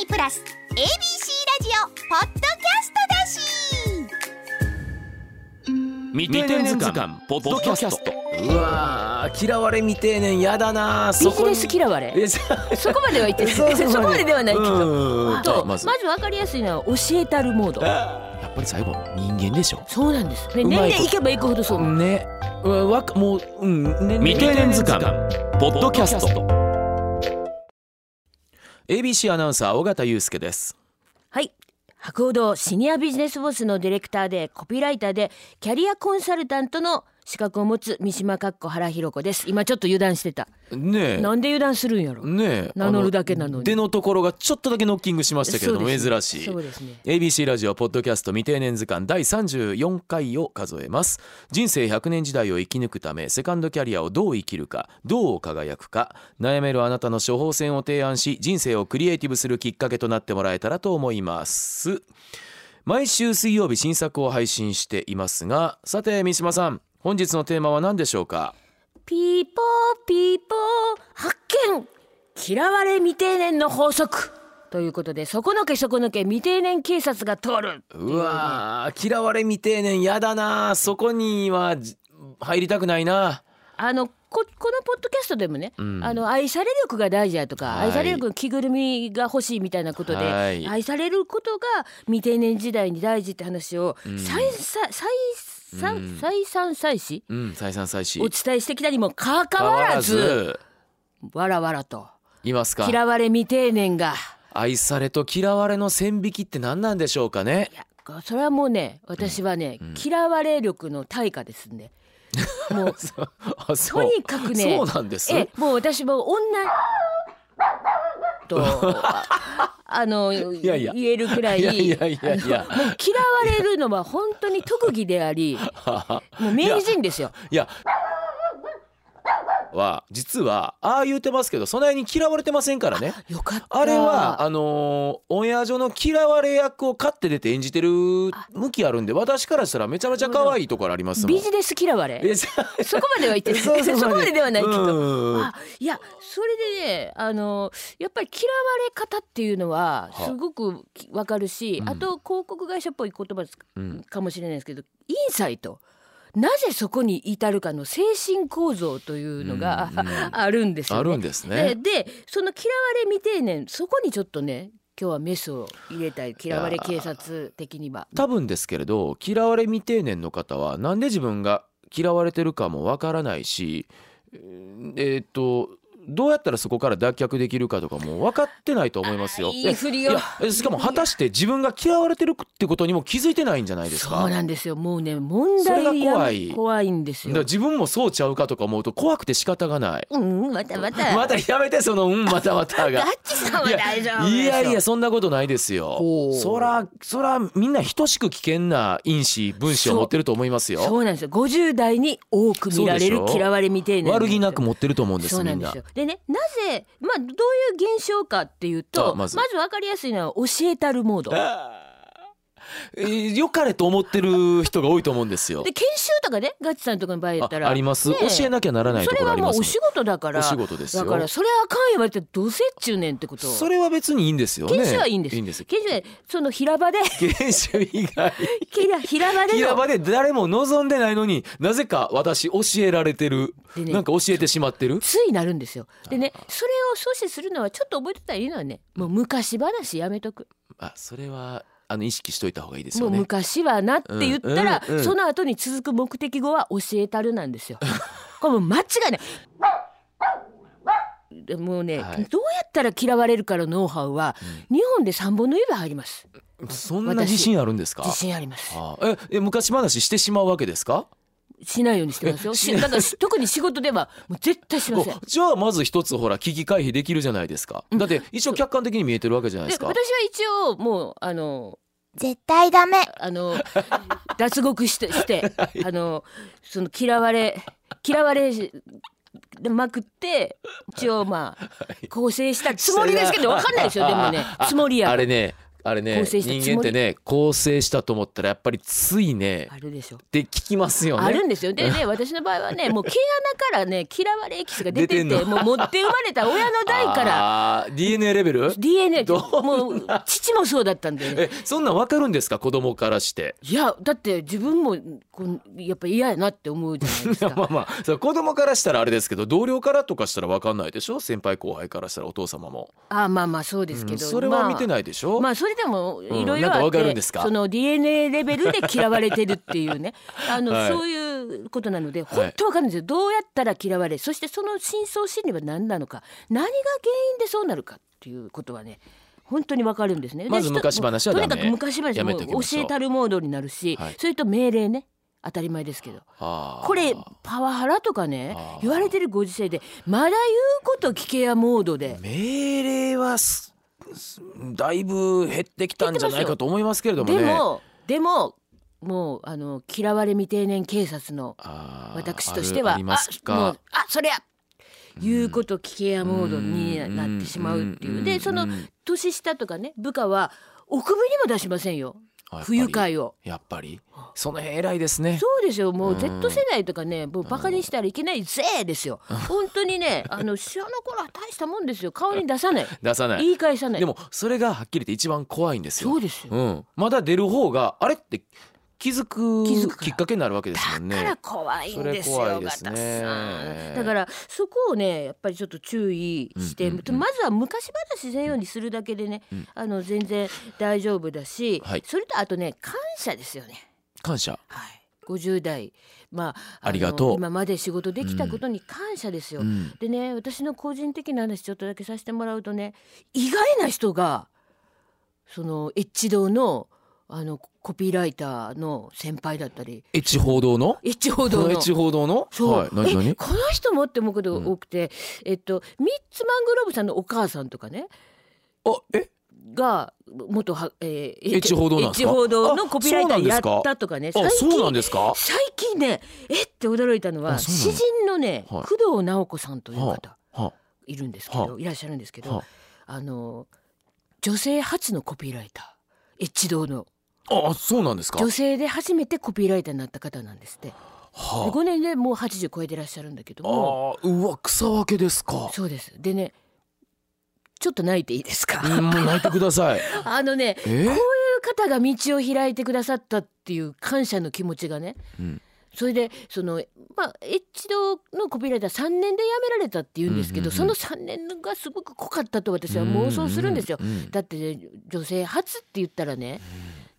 にプラス ABC ラジオポッドキャストだし未定年図鑑ポッドキャストうわー嫌われ未定年やだなビジネス嫌われえじゃあそこまでは言ってな いそうそうそこまでではないけどうんとままずず分かりやすいのは教えたるモードやっぱり最後人間でしょそうなんです、ね、うまいこと年齢いけばいくほどそうねうわわかもううんね未定年図鑑ポッドキャスト ABC アナウンサー尾形祐介ですはい博報堂シニアビジネスボスのディレクターでコピーライターでキャリアコンサルタントの資格を持つ三島かっこ原弘子です今ちょっと油断してたねえなんで油断するんやろねえ名乗るだけなのにあ出のところがちょっとだけノッキングしましたけれどそうもですね珍しいそうですね ABC ラジオポッドキャスト未定年図鑑第34回を数えます人生100年時代を生き抜くためセカンドキャリアをどう生きるかどう輝くか悩めるあなたの処方箋を提案し人生をクリエイティブするきっかけとなってもらえたらと思います毎週水曜日新作を配信していますがさて三島さん本日のテーマは何でしょうかピーポーピーポー発見嫌われ未定年の法則ということで底のけ底のけ未定年警察が通るうわー嫌われ未定年やだなそこにはじ入りたくないなあのここのポッドキャストでもね、んあの愛され力が大事だとか、はい愛され力の着ぐるみが欲しいみたいなことで、はい愛されることが未定年時代に大事って話を再三再三再三再四うん再三再四お伝えしてきたにもかか変わらずわらわらといますか嫌われ未定年が愛されと嫌われの線引きって何なんでしょうかねいやそれはもうね私はね、嫌われ力の対価です ね。もうあそ とにかくねそうなんですええもう私も女 とああのやいや言えるくらいいやいやいやいやあのもう嫌われるのは本当に特技でありもう名人ですよ。 いやは実はああ言ってますけどその辺に嫌われてませんからねよかったあれはあのーオンエア上の嫌われ役を勝って出て演じてる向きあるんで私からしたらめちゃめちゃ可愛いところありますもんビジネス嫌われえじゃあそこまでは言ってないそうそう そこまでではないけど。うんあいやそれでねあのやっぱり嫌われ方っていうのははすごくきわかるし、うんあと広告会社っぽい言葉ですか,、うんもしれないですけどインサイトなぜそこに至るかの精神構造というのが、うんうん あるんですあよるねん。ですでねでその嫌われ未定年そこにちょっとね今日はメスを入れたい嫌われ警察的には。多分ですけれど嫌われ未定年の方はなんで自分が嫌われてるかもわからないしえーえーっとどうやったらそこから脱却できるかとかも分かってないと思いますよ。あーいいふりをやえしかも果たして自分が嫌われてるってことにも気づいてないんじゃないですか。そうなんですよもうね問題それが怖やい怖いんですだからよ。自分もそうちゃうかとか思うと怖くて仕方がない。うんまたま た。またやめてそのうんまたまたガが。ッチさんはいや大丈夫でしょいやいやそんなことないですよほう。そらそらみんな等しく危険な因子分子を持ってると思いますよ。そうなんですよ50代に多く見られるそうでしょ嫌われ未定年悪気なく持ってると思うんですそうみなんんでなすよでねなぜまあどういう現象かっていうあとままずず分かりやすいのは教えたるモードでえー良かれと思ってる人が多いと思うんですよ研修とかねガッチさんとかの場合やあったらあります、ね教えなきゃならないそとこれろあはりもまうすおもん仕事だからお仕事ですよだからそれあかん言われてどうせっちゅうねんってことそれは別にいいんですよね研修はいいんですいいんです研修はその平場で研修以外平平場 で平の場で誰も望んでないのになぜか私教えられてる、でねなんか教えてしまってるついなるんですよでねそれを阻止するのはちょっと覚えてたらいいのはねもう昔話やめとくあそれはあの意識しといた方がいいですもようね昔はなって言ったら、うんうんうんその後に続く目的語は教えたるなんですよ。 これもう間違いない。でもうね、はいどうやったら嫌われるかのノウハウは、日本で三分の指入ります。そんな自信あるんですか自信あります。あええ昔話してしまうわけですかしないようにしてま すよ。しなんかし特に仕事ではもう絶対しません。おじゃあまず一つほら危機回避できるじゃないですかだって一応客観的に見えてるわけじゃないでです私かは一応もうあの絶対ダメあの脱獄してしてあのその嫌われ嫌われまくって一応まあ構成したつもりですけどわかんないですよでもね あつもりやあれねあれね構成したつもり人間ってね構成したと思ったらやっぱりついねあるでしょって聞きますよねあるんですよでね私の場合はねもう毛穴からね嫌われエキスが出てて出てんのもう持って生まれた親の代からあー DNA レベル DNA どもう父もそうだったんで、ね、えそんなん分かるんですか子供からして。いやだって自分もこうやっぱ嫌やなって思うじゃないです いやまかあまあそれ子供からしたらあれですけど同僚からとかしたら分かんないでしょ先輩後輩からしたらお父様も、ああまあまあそうですけうんど、それは見てないでしまょ、あ、まあそれでもいろいなんろかあわっかるて、んですかその DNA レベルで嫌われてるっていうねあの、 はいそういうことなのではい本当わかるんですよ、どうやったら嫌われそしてその真相心理は何なのか何が原因でそうなるかっていうことはね本当にわかるんですね。でまず人昔話はダメとにかく昔話やもめうときましょう教えたるモードになるし、はいそれと命令ね当たり前ですけどあーこれパワハラとかねあー言われてるご時世でまだ言うこと聞けやモードで命令はすすだいぶ減ってきたんじゃないかと思いますけれどもねでもでももうあの嫌われ未定年警察のあー私としてはあるありますもかうあそりゃ言うこと聞けやモードにうんなってしまうっていううんでそのうん年下とかね部下はお首にも出しませんよあやっぱり不愉快を。やっぱりその辺偉いですねそうですよもううん Z 世代とかねもうバカにしたらいけないぜですよ本当にねあの下の頃は大したもんですよ顔に 出さない出さない言い返さないでもそれがはっきり言って一番怖いんですよそうですようん、まだ出る方があれって気づく気づくからきっかけになるわけですもんねだから怖いんですそれ怖いよ、でガすねタさん。だからそこをねやっぱりちょっと注意して、うんうんうんまずは昔話せんようにするだけでね、うんあの全然大丈夫だし、はいそれとあとね感謝ですよね。感謝はい50代、まあ、のありがとう今まで仕事できたことに感謝ですよ。うんでね私の個人的な話ちょっとだけさせてもらうとね意外な人がそのエッチ堂のあのコピーライターの先輩だったりエチ報道のエッチ報道のエチ報道のそう、はい何え何この人もって思うことが多くて、えっとミッツマングローブさんのお母さんとかねあえが元は、えー、エッチ報道なんですかエッチ報道のあコピーライタそうなんーでやすかったとかねあ最そうなん近ですか最近ねえって驚いたのはあそうなの詩人のね、はい工藤直子さんというは方あはいるんですけど、はいらっしゃるんですけあど、はあの女性初のコピーライターエッチ堂のああそうなんですか女性で初めてコピーライターになった方なんですって、では5年でもう80超えてらっしゃるんだけどあも。あーうわ草分けですかそうです。でね、ちょっと泣いていいですか。うんもう泣いてください あの ね、こえういう方が道を開いてくださったっていう感謝の気持ちがね。うんそれでそのまあエッチ堂のコピーライター3年で辞められたっていうんですけど、うんうんうんその3年がすごく濃かったと私は妄想するんですよ。ううだってね、女性初って言ったらね、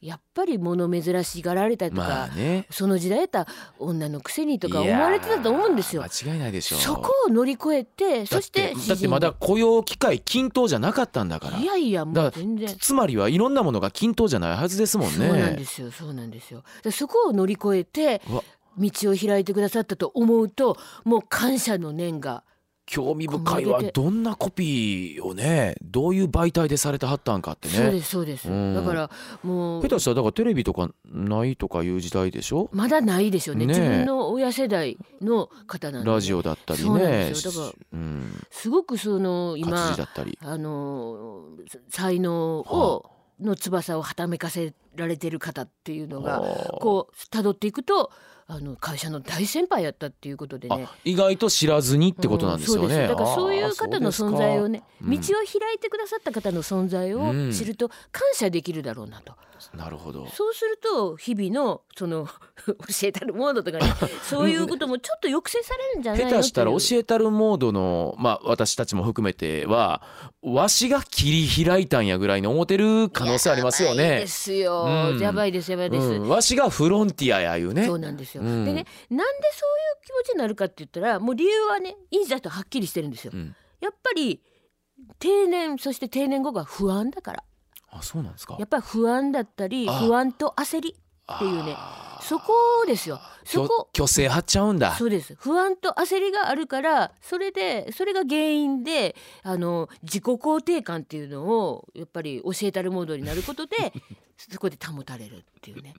やっぱり物珍しがられたりとか、まあねその時代やったら女のくせにとか思われてたと思うんですいよや。ー間違いないでしょうそこを乗り越えてそしてだってだってまだ雇用機会均等じゃなかったんだからいやいやもうだ全然つまりはいろんなものが均等じゃないはずですもんねそうなんですよそうなんですよでそこを乗り越えてうわ道を開いてくださったと思うともう感謝の念が興味深いわこんな出てどんなコピーをねどういう媒体でされてはったんかってそうでねすそうですうんだからもう下手したらだからテレビとかないとかいう時代でしょまだないでしょうねねえ自分の親世代の方なんでラジオだったりそうなんねですよだからうんすごくその活今字だったりあの才能をの翼をはためかせられてる方っていうのがここう辿っていくとあの会社の大先輩やったっていうことでねあ意外と知らずにってことなんですようそうねだからそういう方の存在をねうね、ん道を開いてくださった方の存在うをん知ると感謝できるだろうなと。なるほどそうすると日々のその 教えたるモードとかね、そういうこともちょっと抑制されるんじゃないの下手したら教ええたるモードの、まあ、私たちも含めてはわしが切り開いたんやぐらいに思ってる可能性ありますよねで。すよ、うんやばいですやばいです。うん、わしがフロンティアやいうねそうなんですよ、うんでねなんでそういう気持ちになるかって言ったらもう理由はねいいだとはっきりしてるんですよ、うんやっぱり定年そして定年後が不安だからあそうなんですかやっぱり不安だったりあ不安と焦りっていうねあーそこですよそこ虚勢張っちゃうんだそうです不安と焦りがあるからそれでそれが原因で あの自己肯定感っていうのをやっぱり教えたるモードになることでそこで保たれるっていうね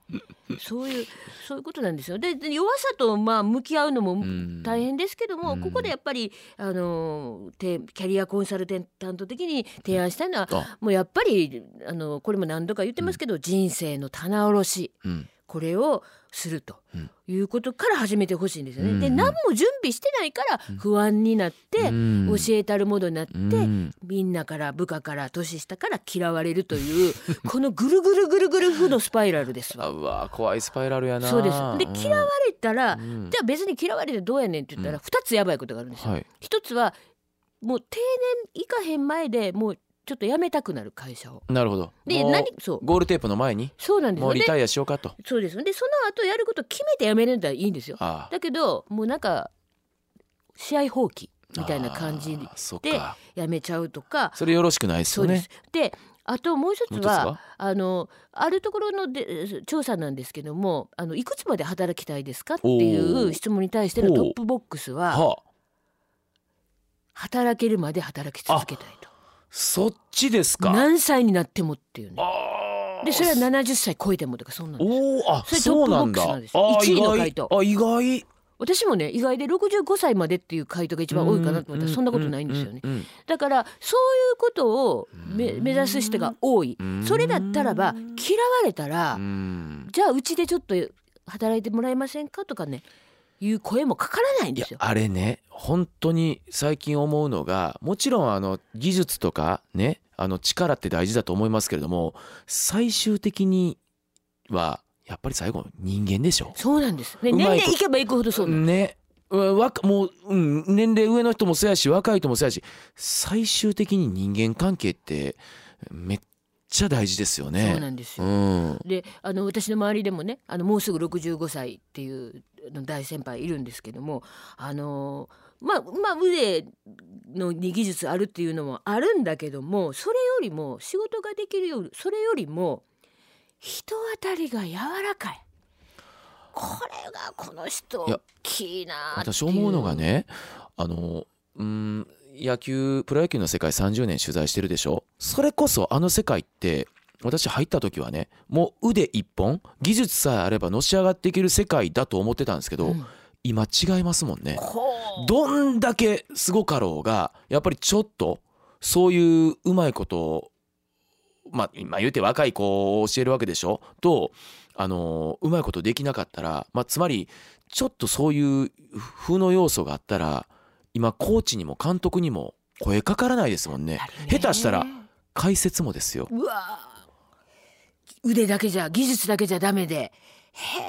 そういうそういうことなんですよでで弱さとまあ向き合うのもん大変ですけども、うんここでやっぱりあのてキャリアコンサルテント的に提案したいのはあもうやっぱりあのこれも何度か言ってますけど、人生の棚卸しうんこれをするとうんいうことから始めてほしいんですよね。うんうでん何も準備してないから不安になって、うん教えたるものになって、うんみんなから部下から年下から嫌われると いうこのぐるぐるぐるぐる負のスパイラルですあわ。うわ怖いスパイラルやなそうですで嫌われたら、うんじゃあ別に嫌われてどうやねんって言ったらう2つやばいことがあるんですよ。はい一つはもう定年いかへん前でもうちょっと辞めたくなる会社を。なるほどでもう何そうゴールテープの前にそうなんですもようリでタイアしようかとそうですでその後やること決めて辞めるんだらいいんですよ。ああだけどもうなんか試合放棄みたいな感じああそっでかやめちゃうとかそれよろしくないですそうよでねす。であともう一つもう一つははあのあるところので調査なんですけどもあのいくつまで働きたいですかっていおうー質問に対してのトップボックスははあ働けるまで働き続けたいとそっちですか何歳になってもっていうねああでそれは70歳超えてもとかそんなんですよおおあそれそうなんトップボックスだなんですよあー一位の意外回答あ意外私もね意外で65歳までっていう回答が一番多いかなと思ったらそんなことないんですよねううんだからそういうことをめ目指す人が多いうんそれだったらば嫌われたら、うんうんじゃあうちでちょっと働いてもらえませんかとかねいう声もかからないんいでやすよ。あれね本当に最近思うのがもちろんあの技術とかねあの力って大事だと思いますけれども最終的にはやっぱり最後人間でしょ。そうなんです。ね、うまいこ年と齢いけばいくほどそうなんでねうんわかもう、うん、年齢上の人もそうやし若い人もそうやし最終的に人間関係ってめっちゃ大事ですよす。ね。そうなんですうよ。んであの私の周りでもねあのもうすぐ65歳っていうあの大先輩いるんですけどもあのまあまあ腕のに技術あるっていうのもあるんだけどもそれよりも仕事ができるよりそれよりも人当たりが柔らかいこれがこの人いや大きいなあっていう私思うのがねあのうん野球プロ野球の世界30年取材してるでしょそれこそあの世界って私入った時はねもう腕一本技術さえあればのし上がっていける世界だと思ってたんですけど、うん今違いますもんね。こうどんだけすごかろうがやっぱりちょっとそういううまいことをまあ今言うて若い子を教えるわけでしょとあのうまいことできなかったら、まあ、つまりちょっとそういう風の要素があったら今コーチにも監督にも声かからないですもんねやっぱりね下手したら解説もですようわー腕だけじゃ技術だけじゃダメで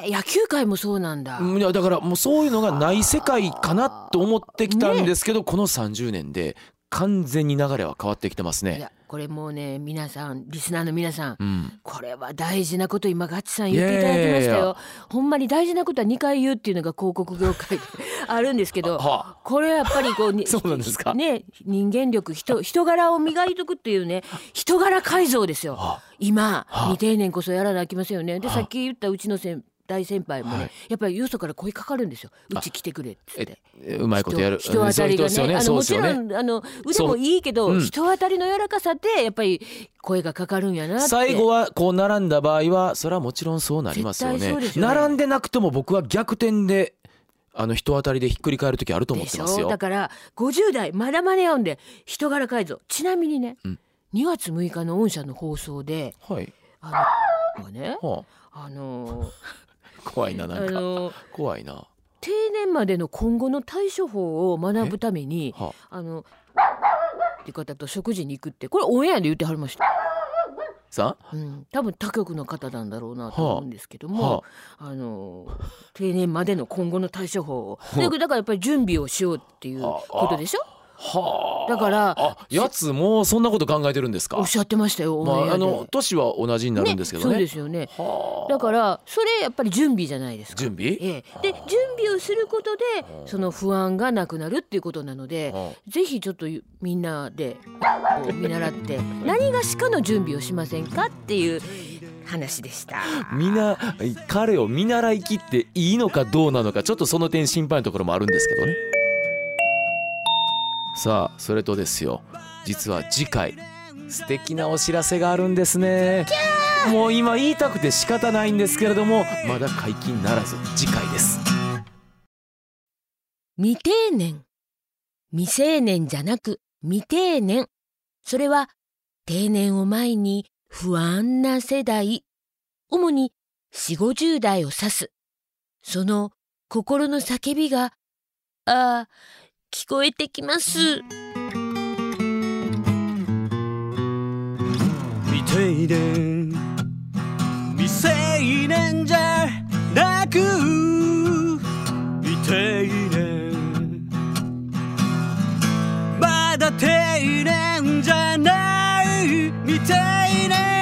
へえ野球界もそうなんだ、うんいやだからもうそういうのがない世界かなと思ってきたんですけど、この30年で完全に流れは変わってきてますいね。やこれもうね皆さんリスナーの皆さんうんこれは大事なこと今ガッチさん言っていただきましたいやいやいよほんまに大事なことは2回言うっていうのが広告業界で あるんですけどはあこれはやっぱりこう にそうなんですかね人間力人人柄を磨いとくってい うね人柄改造ですよ、はあ今、はあ未定年こそやらなあきませんよねで、はあさっき言ったうちの先大先輩もね、はいやっぱりよそから声かかるんですようち来てくれっつっえて。うまいことやる人人当たりがね,、うんあそのうもですちよねろそうですよねんあの腕そうもいいけど、うん人当たりの柔らかさでやっぱり声がかかるんやなって最後はこう並んだ場合はそれはもちろんそうなりますよ絶対ねそうですよね並んでなくても僕は逆転であの人当たりでひっくり返る時あると思ってますでしょだよから50代まだ間に合うんで人柄改造ちなみにね、うん2月6日の御社の放送ではい、あのがねはあのあ、怖いなあなんかの怖いな定年までの今後の対処法を学ぶためにはあのって方と食事に行くってこれオンエアで言ってはりました、さあうん、多分他局の方なんだろうなと思うんですけども、はあの定年までの今後の対処法をでだからやっぱり準備をしようっていうことでしょはあだからあやつもうそんなこと考えてるんですかおっしゃってましたよオンまエあ、アあで、の年は同じになるんですけどそうねですよねはあだからそれやっぱり準備じゃないですか準備、ええ、で準備をすることでその不安がなくなるっていうことなのではぜひちょっとみんなでこう見習って何がしかの準備をしませんかっていう話でした。あみな彼を見習いきっていいのかどうなのかちょっとその点心配なところもあるんですけどねさあそれとですよ実は次回素敵なお知らせがあるんですねもう今言いたくて仕方ないんですけれどもまだ解禁ならず次回です未定年未成年じゃなく未定年それは定年を前に不安な世代主に4 5 0代を指すその心の叫びがああ聞こえてきます未定年未成年じゃなく未定年まだ定年じゃない未定年